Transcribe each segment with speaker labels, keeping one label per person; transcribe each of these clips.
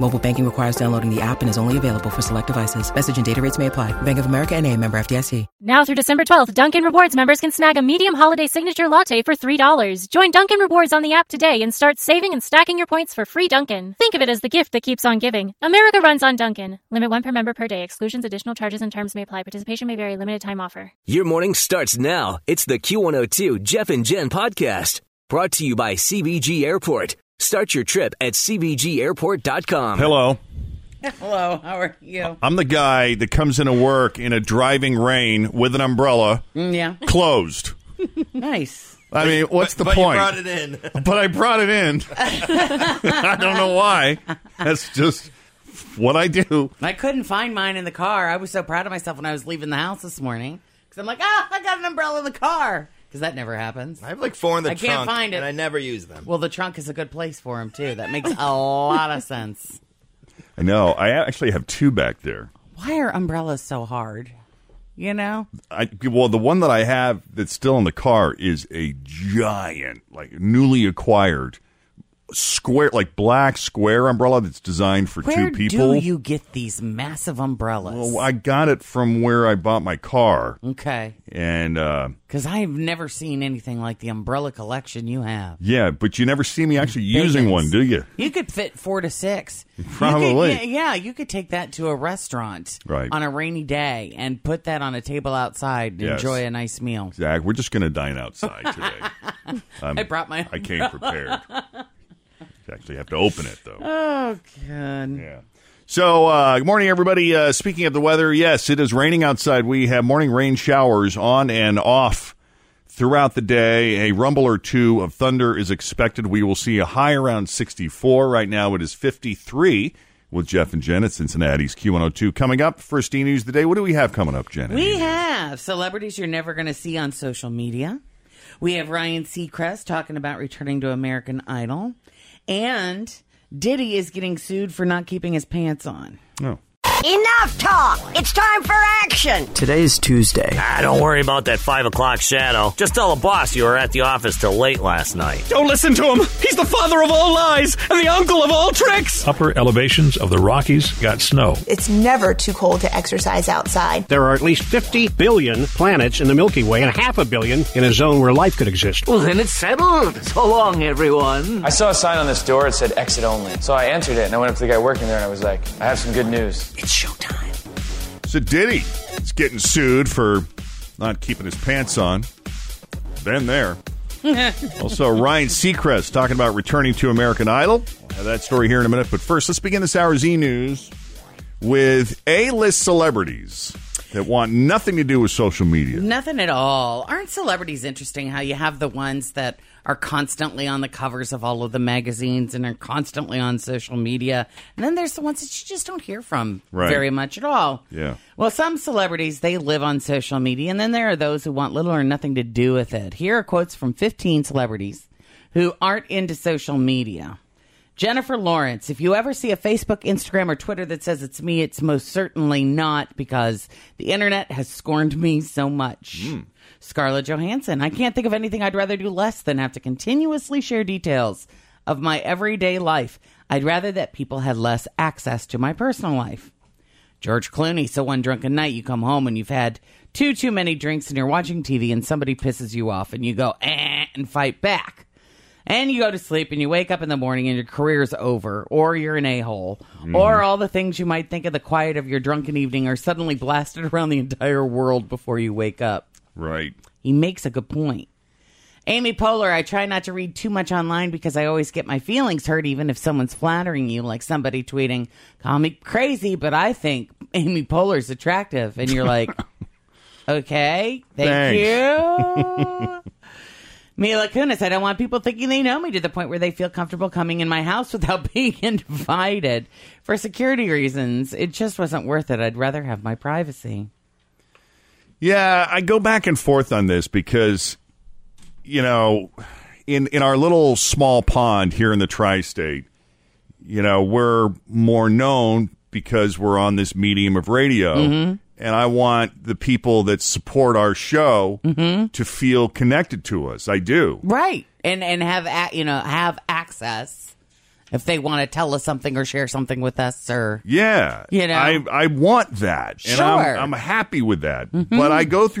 Speaker 1: Mobile banking requires downloading the app and is only available for select devices. Message and data rates may apply. Bank of America and a member FDIC.
Speaker 2: Now through December 12th, Dunkin' Rewards members can snag a medium holiday signature latte for $3. Join Dunkin' Rewards on the app today and start saving and stacking your points for free Dunkin'. Think of it as the gift that keeps on giving. America runs on Dunkin'. Limit one per member per day. Exclusions, additional charges, and terms may apply. Participation may vary. Limited time offer.
Speaker 3: Your morning starts now. It's the Q102 Jeff and Jen podcast brought to you by CBG Airport. Start your trip at CBGAirport.com.
Speaker 4: Hello.
Speaker 5: Hello, how are you?
Speaker 4: I'm the guy that comes into work in a driving rain with an umbrella
Speaker 5: Mm, yeah,
Speaker 4: closed.
Speaker 5: nice.
Speaker 4: I mean, what's the
Speaker 6: but
Speaker 4: point?
Speaker 6: You brought it in.
Speaker 4: but I brought it in. I don't know why. That's just what I do.
Speaker 5: I couldn't find mine in the car. I was so proud of myself when I was leaving the house this morning because I'm like, ah, I got an umbrella in the car because that never happens.
Speaker 6: I have like four in the
Speaker 5: I can't
Speaker 6: trunk,
Speaker 5: find it.
Speaker 6: and I never use them.
Speaker 5: Well, the trunk is a good place for him too. That makes a lot of sense.
Speaker 4: I know. I actually have two back there.
Speaker 5: Why are umbrellas so hard? You know,
Speaker 4: I, well, the one that I have that's still in the car is a giant, like newly acquired square, like black square umbrella that's designed for two
Speaker 5: where
Speaker 4: people.
Speaker 5: do you get these massive umbrellas?
Speaker 4: well, I got it from where I bought my car.
Speaker 5: okay,
Speaker 4: and uh,
Speaker 5: because I've never seen anything like the umbrella collection you have.
Speaker 4: yeah, but you never see me actually using one, do you?
Speaker 5: You could fit four to six. You could-
Speaker 4: Probably.
Speaker 5: yeah, yeah, you could take that to a restaurant
Speaker 4: Right.
Speaker 5: on a rainy day and put that on a table outside and
Speaker 4: Yes.
Speaker 5: enjoy a nice meal.
Speaker 4: Zach, we're just going to dine outside today. I'm-
Speaker 5: I brought my
Speaker 4: I came prepared. You actually have to open it though.
Speaker 5: Oh, God.
Speaker 4: Yeah. So, uh, good morning, everybody. Uh, speaking of the weather, yes, it is raining outside. We have morning rain showers on and off throughout the day. A rumble or two of thunder is expected. We will see a high around 64. Right now, it is 53 with Jeff and Jen at Cincinnati's Q102. Coming up, first E News of the Day. What do we have coming up, Jen?
Speaker 5: We have celebrities you're never going to see on social media. We have Ryan Seacrest talking about returning to American Idol. And Diddy is getting sued for not keeping his pants on.
Speaker 4: Oh.
Speaker 7: Enough talk. It's time for action.
Speaker 8: Today is Tuesday.
Speaker 9: Ah, don't worry about that five o'clock shadow. Just tell the boss you were at the office till late last night.
Speaker 8: Don't listen to him. He's the father of all lies and the uncle of all tricks.
Speaker 10: upper elevations of the Rockies got snow.
Speaker 7: It's never too cold to exercise outside.
Speaker 8: There are at least 50 billion planets in the Milky Way and half a billion in a zone where life could exist.
Speaker 9: Well, then it's settled. So long, everyone.
Speaker 10: I saw a sign on this door that said exit only. So I answered it and I went up to the guy working there and I was like, I have some good news.
Speaker 4: So, Diddy is getting sued for not keeping his pants on. Been there. also, Ryan Seacrest talking about returning to American Idol. We'll have that story here in a minute. But first, let's begin this hour's e news with A list celebrities that want nothing to do with social media.
Speaker 5: Nothing at all. Aren't celebrities interesting how you have the ones that are constantly on the covers of all of the magazines and are constantly on social media? And then there's the ones that you just don't hear from
Speaker 4: Right.
Speaker 5: very much at all.
Speaker 4: Yeah.
Speaker 5: Well, some celebrities, they live on social media, and then there are those who want little or nothing to do with it. Here are quotes from 15 celebrities who aren't into social media. Jennifer Lawrence, if you ever see a Facebook, Instagram, or Twitter that says it's me, it's most certainly not because the internet has scorned me so much. Scarlett Johansson, I can't think of anything I'd rather do less than have to continuously share details of my everyday life. I'd rather that people had less access to my personal life. George Clooney, so one drunken night you come home and you've had two too many drinks and you're watching TV and somebody pisses you off and you go eh, and fight back. And you go to sleep and you wake up in the morning and your career's over, or you're an a hole, or all the things you might think in the quiet of your drunken evening are suddenly blasted around the entire world before you wake up.
Speaker 4: Right.
Speaker 5: He makes a good point. Amy Poehler, I try not to read too much online because I always get my feelings hurt, even if someone's flattering you, like somebody tweeting, call me crazy, but I think Amy Poehler's attractive. And you're like, okay, thank you. Mila Kunis, I don't want people thinking they know me to the point where they feel comfortable coming in my house without being invited. For security reasons, it just wasn't worth it. I'd rather have my privacy.
Speaker 4: Yeah, I go back and forth on this because, you know, in in our little small pond here in the tri-state, you know, we're more known because we're on this medium of radio,
Speaker 5: Mm-hmm.
Speaker 4: and I want the people that support our show
Speaker 5: Mm-hmm.
Speaker 4: to feel connected to us. I do.
Speaker 5: right and and have a, you know have access if they want to tell us something or share something with us or
Speaker 4: Yeah.
Speaker 5: You know?
Speaker 4: I I want that. And
Speaker 5: Sure. Mm-hmm.
Speaker 4: I'm, I'm happy with that. But I go through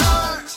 Speaker 11: art.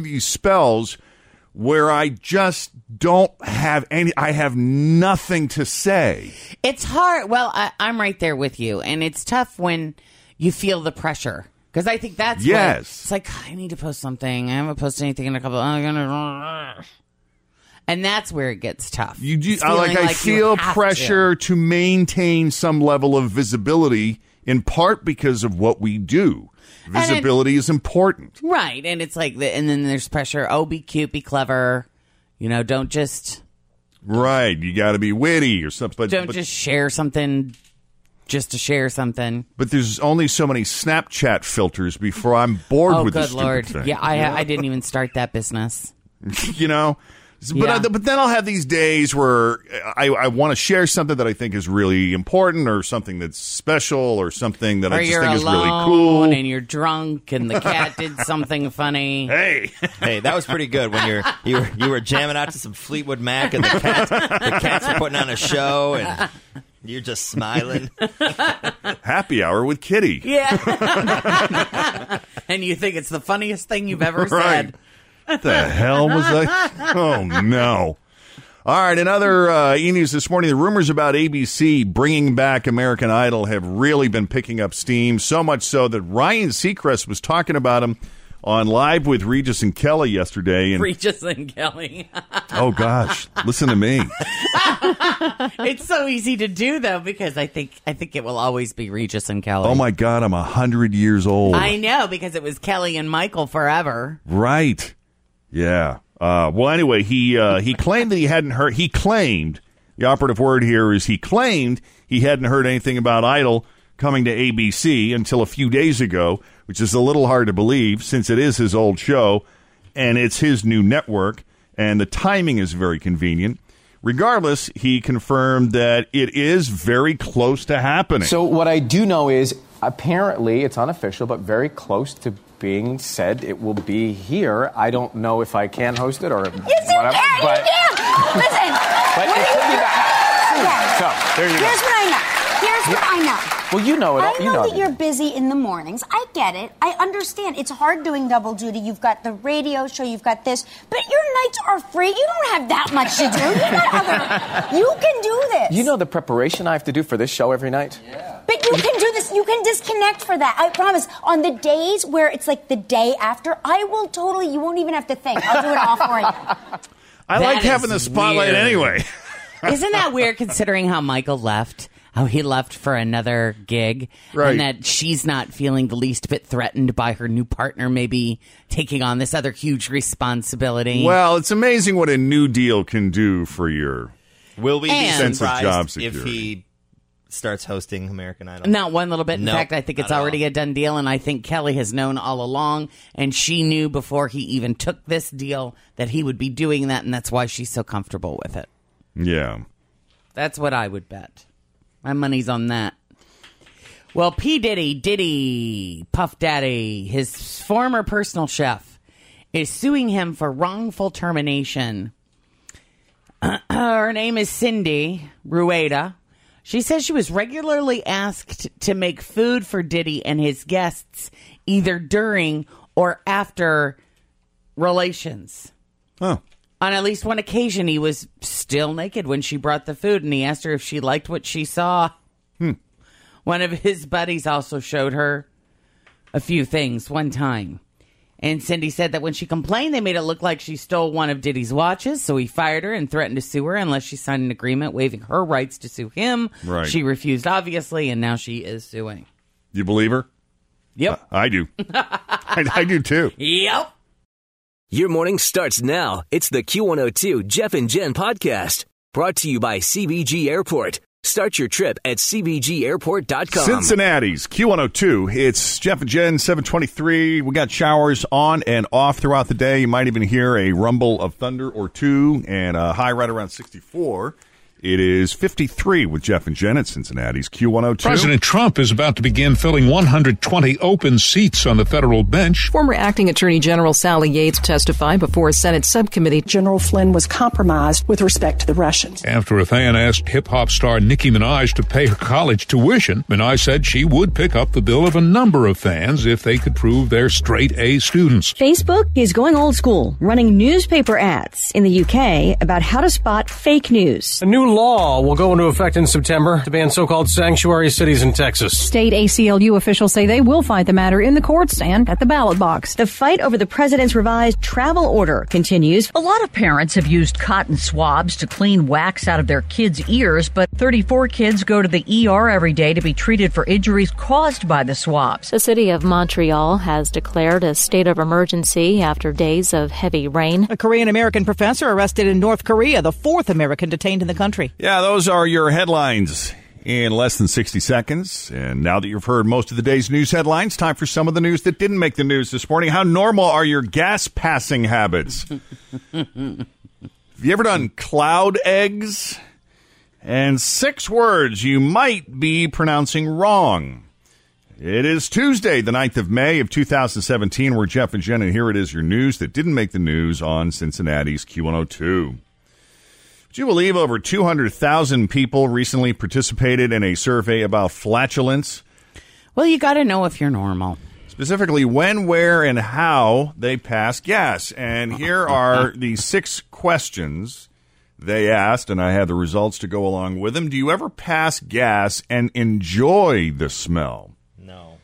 Speaker 4: these spells where I just don't have any I have nothing to say.
Speaker 5: it's hard well I, i'm right there with you and it's tough when you feel the pressure because i think that's when
Speaker 4: Yes.
Speaker 5: it's like i need to post something i haven't posted anything in a couple I'm gonna- and that's where it gets tough
Speaker 4: You do
Speaker 5: It's
Speaker 4: I, like
Speaker 5: feeling
Speaker 4: I
Speaker 5: you
Speaker 4: feel
Speaker 5: have to.
Speaker 4: pressure to. maintain some level of visibility in part because of what we do.
Speaker 5: it-
Speaker 4: Visibility is important.
Speaker 5: Right. And it's like, the, and then there's pressure. Oh, be cute, be clever. You know, don't just,
Speaker 4: Right. You got to be witty or something but,
Speaker 5: don't
Speaker 4: but-
Speaker 5: just share something just to share something.
Speaker 4: but there's only so many Snapchat filters before I'm bored
Speaker 5: oh,
Speaker 4: with this
Speaker 5: good
Speaker 4: stupid
Speaker 5: lord!
Speaker 4: thing.
Speaker 5: Yeah, I, I didn't even start that business.
Speaker 4: you know but,
Speaker 5: Yeah.
Speaker 4: I- but then I'll have these days where I, I want to share something that I think is really important or something that's special or something that
Speaker 5: or
Speaker 4: I just
Speaker 5: you're
Speaker 4: think is
Speaker 5: alone
Speaker 4: really cool.
Speaker 5: and you're drunk, and the cat did something funny.
Speaker 4: Hey,
Speaker 12: Hey, that was pretty good when you're you were, you were jamming out to some Fleetwood Mac and the cats the cats were putting on a show and you're just smiling.
Speaker 4: Happy hour with Kitty.
Speaker 5: yeah, and you think it's the funniest thing you've ever
Speaker 4: Right.
Speaker 5: said.
Speaker 4: What the hell was that? Oh, no. All right, another uh, e news this morning. The rumors about ABC bringing back American Idol have really been picking up steam, so much so that Ryan Seacrest was talking about him on Live with Regis and Kelly yesterday. And
Speaker 5: Regis and Kelly.
Speaker 4: oh, gosh, listen to me.
Speaker 5: it's so easy to do though because I think I think it will always be Regis and Kelly.
Speaker 4: Oh my God, I'm a hundred years old.
Speaker 5: I know because it was Kelly and Michael forever.
Speaker 4: right? Yeah. Uh, well, anyway, he uh, he claimed that he hadn't heard. He claimed the operative word here is he claimed he hadn't heard anything about Idol coming to ABC until a few days ago, which is a little hard to believe since it is his old show and it's his new network, and the timing is very convenient. Regardless, he confirmed that it is very close to happening.
Speaker 10: So what I do know is apparently it's unofficial, but very close to being said it will be here. I don't know if I can host it or
Speaker 11: Yes, you
Speaker 10: whatever,
Speaker 11: can.
Speaker 10: but
Speaker 11: you can. Listen.
Speaker 10: But
Speaker 11: what
Speaker 10: it
Speaker 11: do
Speaker 10: could
Speaker 11: you
Speaker 10: be
Speaker 11: Okay.
Speaker 10: so there you
Speaker 11: Here's
Speaker 10: go.
Speaker 11: what I know. Here's what I know.
Speaker 10: Well, you know it. all-
Speaker 11: I know,
Speaker 10: you know
Speaker 11: that you're busy in the mornings. I get it. I understand. It's hard doing double duty. You've got the radio show. You've got this. But your nights are free. You don't have that much to do. You got other. You can do this.
Speaker 10: You know the preparation I have to do for this show every night.
Speaker 11: But you can do this. You can disconnect for that. I promise. On the days where it's like the day after, I will totally. You won't even have to think. I'll do it all for you.
Speaker 4: I
Speaker 5: That
Speaker 4: liked having
Speaker 5: is
Speaker 4: the spotlight
Speaker 5: weird.
Speaker 4: anyway.
Speaker 5: Isn't that weird considering how Michael left? How he left for another gig,
Speaker 4: Right.
Speaker 5: and that she's not feeling the least bit threatened by her new partner, maybe taking on this other huge
Speaker 12: Mm.
Speaker 5: responsibility.
Speaker 4: Well, it's amazing what a new deal can do for your
Speaker 12: Will we be
Speaker 5: And-
Speaker 4: sense of
Speaker 12: surprised
Speaker 4: job
Speaker 12: if
Speaker 4: security.
Speaker 12: he starts hosting American Idol.
Speaker 5: Not one little bit. In
Speaker 12: Nope,
Speaker 5: fact, I think it's
Speaker 12: not at
Speaker 5: already a done deal, and I think Kelly has known all along, and she knew before he even took this deal that he would be doing that, and that's why she's so comfortable with it.
Speaker 4: Yeah.
Speaker 5: That's what I would bet. My money's on that. Well, P. Diddy, Diddy, Puff Daddy, his former personal chef, is suing him for wrongful termination. Her name is Cindy Rueda. She says she was regularly asked to make food for Diddy and his guests either during or after relations.
Speaker 4: Oh.
Speaker 5: On at least one occasion, he was still naked when she brought the food, and he asked her if she liked what she saw.
Speaker 4: Hmm.
Speaker 5: One of his buddies also showed her a few things one time. And Cindy said that when she complained, they made it look like she stole one of Diddy's watches, so he fired her and threatened to sue her unless she signed an agreement waiving her rights to sue him.
Speaker 4: Right.
Speaker 5: She refused, obviously, and now she is suing.
Speaker 4: You believe her?
Speaker 5: Yep.
Speaker 4: I do. I, I do too.
Speaker 5: Yep.
Speaker 3: Your morning starts now. It's the Q102 Jeff and Jen podcast brought to you by CBG Airport. Start your trip at CBGAirport.com.
Speaker 4: Cincinnati's Q102. It's Jeff and Jen, 723. We got showers on and off throughout the day. You might even hear a rumble of thunder or two and a high right around 64. It is 53 with Jeff and Jen at Cincinnati's Q102.
Speaker 13: President Trump is about to begin filling 120 open seats on the federal bench.
Speaker 14: Former Acting Attorney General Sally Yates testified before a Senate subcommittee. General Flynn was compromised with respect to the Russians.
Speaker 13: After a fan asked hip hop star Nicki Minaj to pay her college tuition, Minaj said she would pick up the bill of a number of fans if they could prove they're straight A students.
Speaker 15: Facebook is going old school, running newspaper ads in the UK about how to spot fake news.
Speaker 16: A new law will go into effect in September to ban so called sanctuary cities in Texas.
Speaker 17: State ACLU officials say they will fight the matter in the courts and at the ballot box.
Speaker 15: The fight over the president's revised travel order continues.
Speaker 18: A lot of parents have used cotton swabs to clean wax out of their kids' ears, but 34 kids go to the ER every day to be treated for injuries caused by the swabs.
Speaker 19: The city of Montreal has declared a state of emergency after days of heavy rain.
Speaker 20: A Korean American professor arrested in North Korea, the fourth American detained in the country.
Speaker 4: Yeah, those are your headlines in less than 60 seconds. And now that you've heard most of the day's news headlines, time for some of the news that didn't make the news this morning. How normal are your gas passing habits? Have you ever done cloud eggs? And six words you might be pronouncing wrong. It is Tuesday, the 9th of May of 2017. We're Jeff and Jen, and here it is your news that didn't make the news on Cincinnati's Q102. Would you believe over 200,000 people recently participated in a survey about flatulence?
Speaker 5: Well, you got to know if you're normal.
Speaker 4: Specifically, when, where, and how they pass gas. And here are the six questions they asked, and I had the results to go along with them. Do you ever pass gas and enjoy the smell?
Speaker 12: No.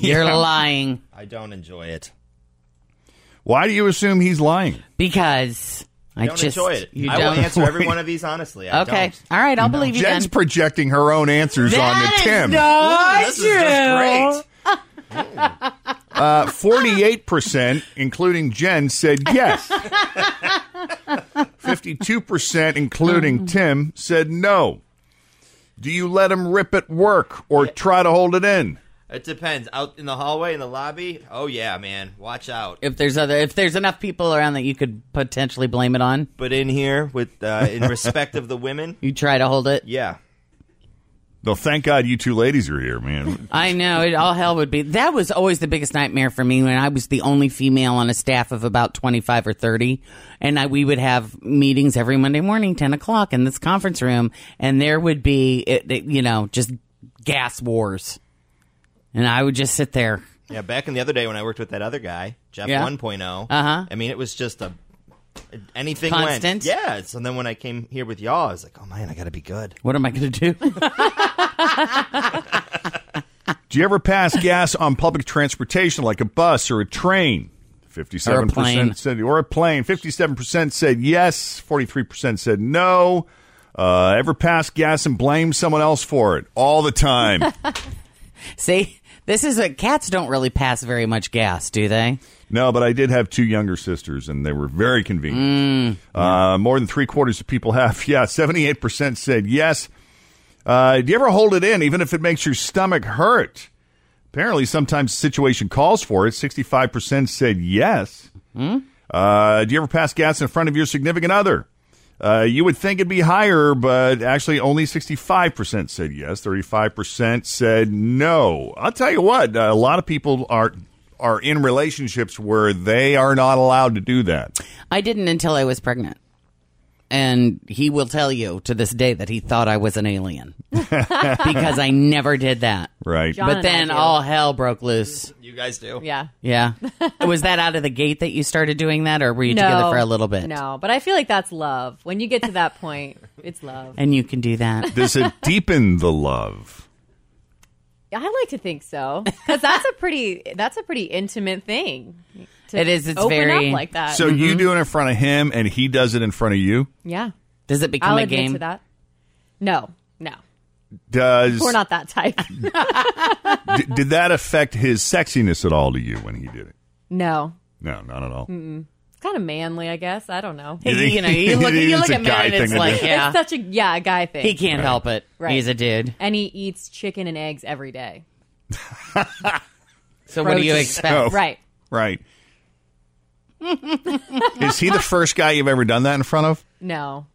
Speaker 5: You're lying.
Speaker 12: I don't enjoy it.
Speaker 4: Why do you assume he's lying?
Speaker 5: Because
Speaker 12: I don't enjoy it. I will answer every one of these honestly. I
Speaker 5: Okay.
Speaker 12: don't.
Speaker 5: All right, I'll believe you
Speaker 4: Jen's
Speaker 5: then.
Speaker 4: projecting her own answers
Speaker 5: That
Speaker 4: onto
Speaker 5: is
Speaker 4: Tim.
Speaker 5: not
Speaker 12: Ooh, this is just
Speaker 5: true.
Speaker 12: great.
Speaker 4: Forty-eight percent, including Jen, said yes. Fifty-two percent, including Tim, said no. Do you let him rip at work or try to hold it in?
Speaker 12: It depends. Out in the hallway, in the lobby. Oh yeah, man, watch out.
Speaker 5: If there's other, if there's enough people around that you could potentially blame it on,
Speaker 12: But in here, with uh, in respect of the women,
Speaker 5: you try to hold it.
Speaker 12: yeah,
Speaker 4: Though, thank God you two ladies are here, man.
Speaker 5: I know it. All hell would be. That was always the biggest nightmare for me when I was the only female on a staff of about twenty five or thirty, and I, we would have meetings every Monday morning, ten o'clock, in this conference room, and there would be, it, it, you know, just gas wars, and I would just sit there.
Speaker 12: yeah. Back in the other day when I worked with that other guy, Jeff
Speaker 5: Yeah.
Speaker 12: 1.0.
Speaker 5: Uh-huh.
Speaker 12: I mean, it was just a anything
Speaker 5: Constant?
Speaker 12: Went. Yeah. So then when I came here with y'all, I was like, oh man, I got to be good.
Speaker 5: What am I going to do?
Speaker 4: Do you ever pass gas on public transportation, like a bus or a train? Fifty-seven
Speaker 5: plane.
Speaker 4: percent said, or a plane. Fifty-seven percent said yes. Forty-three percent said no. Uh, ever pass gas and blame someone else for it all the time?
Speaker 5: See, this is a cats don't really pass very much gas, do they?
Speaker 4: No, but I did have two younger sisters, and they were very convenient. uh, more than three quarters of people have. Yeah, seventy-eight percent said yes. Uh, do you ever hold it in, even if it makes your stomach hurt? Apparently, sometimes the situation calls for it. 65% said yes. Uh, do you ever pass gas in front of your significant other? Uh, you would think it'd be higher, but actually only 65% said yes. 35% said no. I'll tell you what, uh, a lot of people are are in relationships where they are not allowed to do that.
Speaker 5: I didn't until I was pregnant. And he will tell you to this day that he thought I was an alien because I never did that.
Speaker 4: Right.
Speaker 21: John
Speaker 5: but
Speaker 21: and I
Speaker 5: then
Speaker 21: do.
Speaker 5: all hell broke loose.
Speaker 12: You guys do?
Speaker 21: Yeah.
Speaker 5: Yeah. was that out of the gate that you started doing that, or were you together for a little bit?
Speaker 21: No, but I feel like that's love. When you get to that point, it's love.
Speaker 5: And you can do that.
Speaker 4: Does it deepen the love?
Speaker 21: I like to think so because that's a pretty that's a pretty intimate thing. To
Speaker 5: It is, it's
Speaker 21: open
Speaker 5: very-
Speaker 21: up like that.
Speaker 4: So you do it in front of him and he does it in front of you?
Speaker 21: yeah.
Speaker 5: Does it
Speaker 21: I'll admit to that. No, no,
Speaker 4: Does
Speaker 21: we're not that type.
Speaker 4: d- did that affect his sexiness at all to you when he did it?
Speaker 21: no,
Speaker 4: No, not at all.
Speaker 21: Mm-mm. it's kind of manly, I guess. I don't know.
Speaker 4: You think- You know, you look- you look It's a at men guy and it's thing to like, do. yeah.
Speaker 21: it's such a yeah, a guy thing.
Speaker 5: He can't
Speaker 21: Right.
Speaker 5: help it.
Speaker 21: Right.
Speaker 5: He's a dude.
Speaker 21: and he eats chicken and eggs every day.
Speaker 5: So what do you
Speaker 21: Protein.
Speaker 5: expect?
Speaker 21: Right.
Speaker 4: Oh. Right. Is he the first guy you've ever done that in front of?
Speaker 21: No,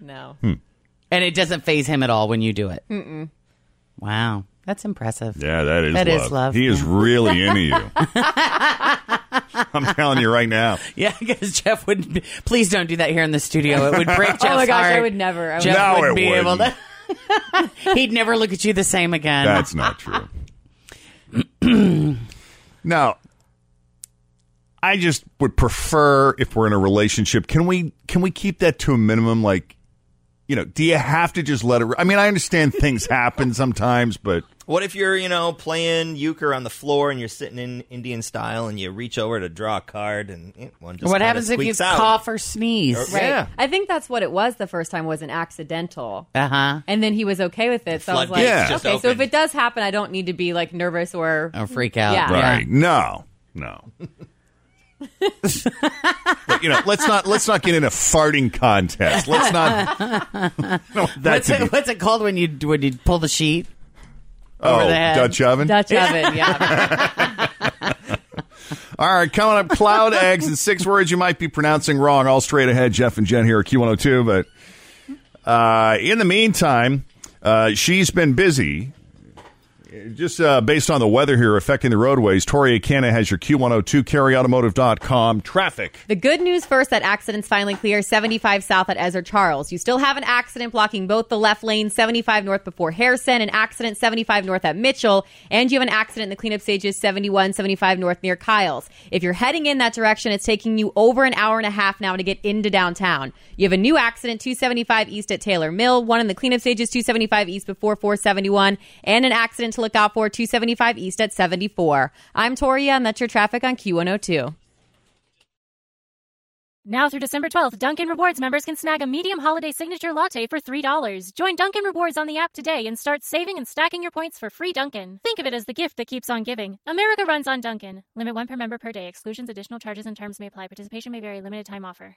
Speaker 21: no.
Speaker 5: And it doesn't phase him at all when you do it.
Speaker 21: Mm-mm.
Speaker 5: Wow. That's impressive.
Speaker 4: Yeah, that is
Speaker 5: That
Speaker 4: love.
Speaker 5: is love,
Speaker 4: He is
Speaker 5: yeah.
Speaker 4: really into you. I'm telling you right now.
Speaker 5: Yeah, because Jeff would. be- Please don't do that here in the studio. It would break Jeff's
Speaker 21: oh my gosh, I
Speaker 5: heart.
Speaker 21: would never. I would
Speaker 5: Jeff
Speaker 4: No, it
Speaker 5: wouldn't be able
Speaker 4: wouldn't.
Speaker 5: to. He'd never look at you the same again.
Speaker 4: That's not
Speaker 5: true.
Speaker 4: Now, I just would prefer if we're in a relationship. Can we can we keep that to a minimum? Like, you know, do you have to just let it? I mean, I understand things happen sometimes, but
Speaker 12: What if you're, you know, playing euchre on the floor and you're sitting in Indian style and you reach over to draw a card and eh, one just
Speaker 5: what
Speaker 12: kinda
Speaker 5: happens if you
Speaker 12: squeaks out.
Speaker 5: cough or sneeze?
Speaker 21: Right. I think that's what it was the first time was an accidental.
Speaker 5: Uh huh.
Speaker 21: And then he was okay with it. So I was like,
Speaker 5: floodgates just
Speaker 21: okay, so if
Speaker 5: opened.
Speaker 21: it does happen, I don't need to be like nervous or
Speaker 5: A freak out.
Speaker 21: Yeah.
Speaker 4: right? No, no. but, you know, let's not let's not get in a farting contest. Let's not. No, that
Speaker 5: what's,
Speaker 4: could
Speaker 5: it,
Speaker 4: be-
Speaker 5: what's it called when you when you pull the sheet?
Speaker 4: Oh,
Speaker 5: over the head?
Speaker 4: Dutch oven.
Speaker 21: Dutch oven,
Speaker 4: All right, coming up, cloud eggs and six words you might be pronouncing wrong. All straight ahead, Jeff and Jen here at Q102. But uh, in the meantime, uh, she's been busy. Just uh, based on the weather here affecting the roadways, Tori Acana has your Q102, carryautomotive.com traffic.
Speaker 21: The good news first that accidents finally clear 75 south at Ezra Charles. You still have an accident blocking both the left lane, 75 north before Harrison, an accident 75 north at Mitchell, and you have an accident in the cleanup stages 71, 75 north near Kyles. If you're heading in that direction, it's taking you over an hour and a half now to get into downtown. You have a new accident 275 east at Taylor Mill, one in the cleanup stages 275 east before 471, and an accident to look out for 275 east at 74. I'm Toria, and that's your traffic on Q102.
Speaker 2: Now through December 12th, Dunkin' Rewards members can snag a medium holiday signature latte for $3. Join Dunkin' Rewards on the app today and start saving and stacking your points for free Dunkin'. Think of it as the gift that keeps on giving. America runs on Dunkin'. Limit one per member per day. Exclusions, additional charges, and terms may apply. Participation may vary. Limited time offer.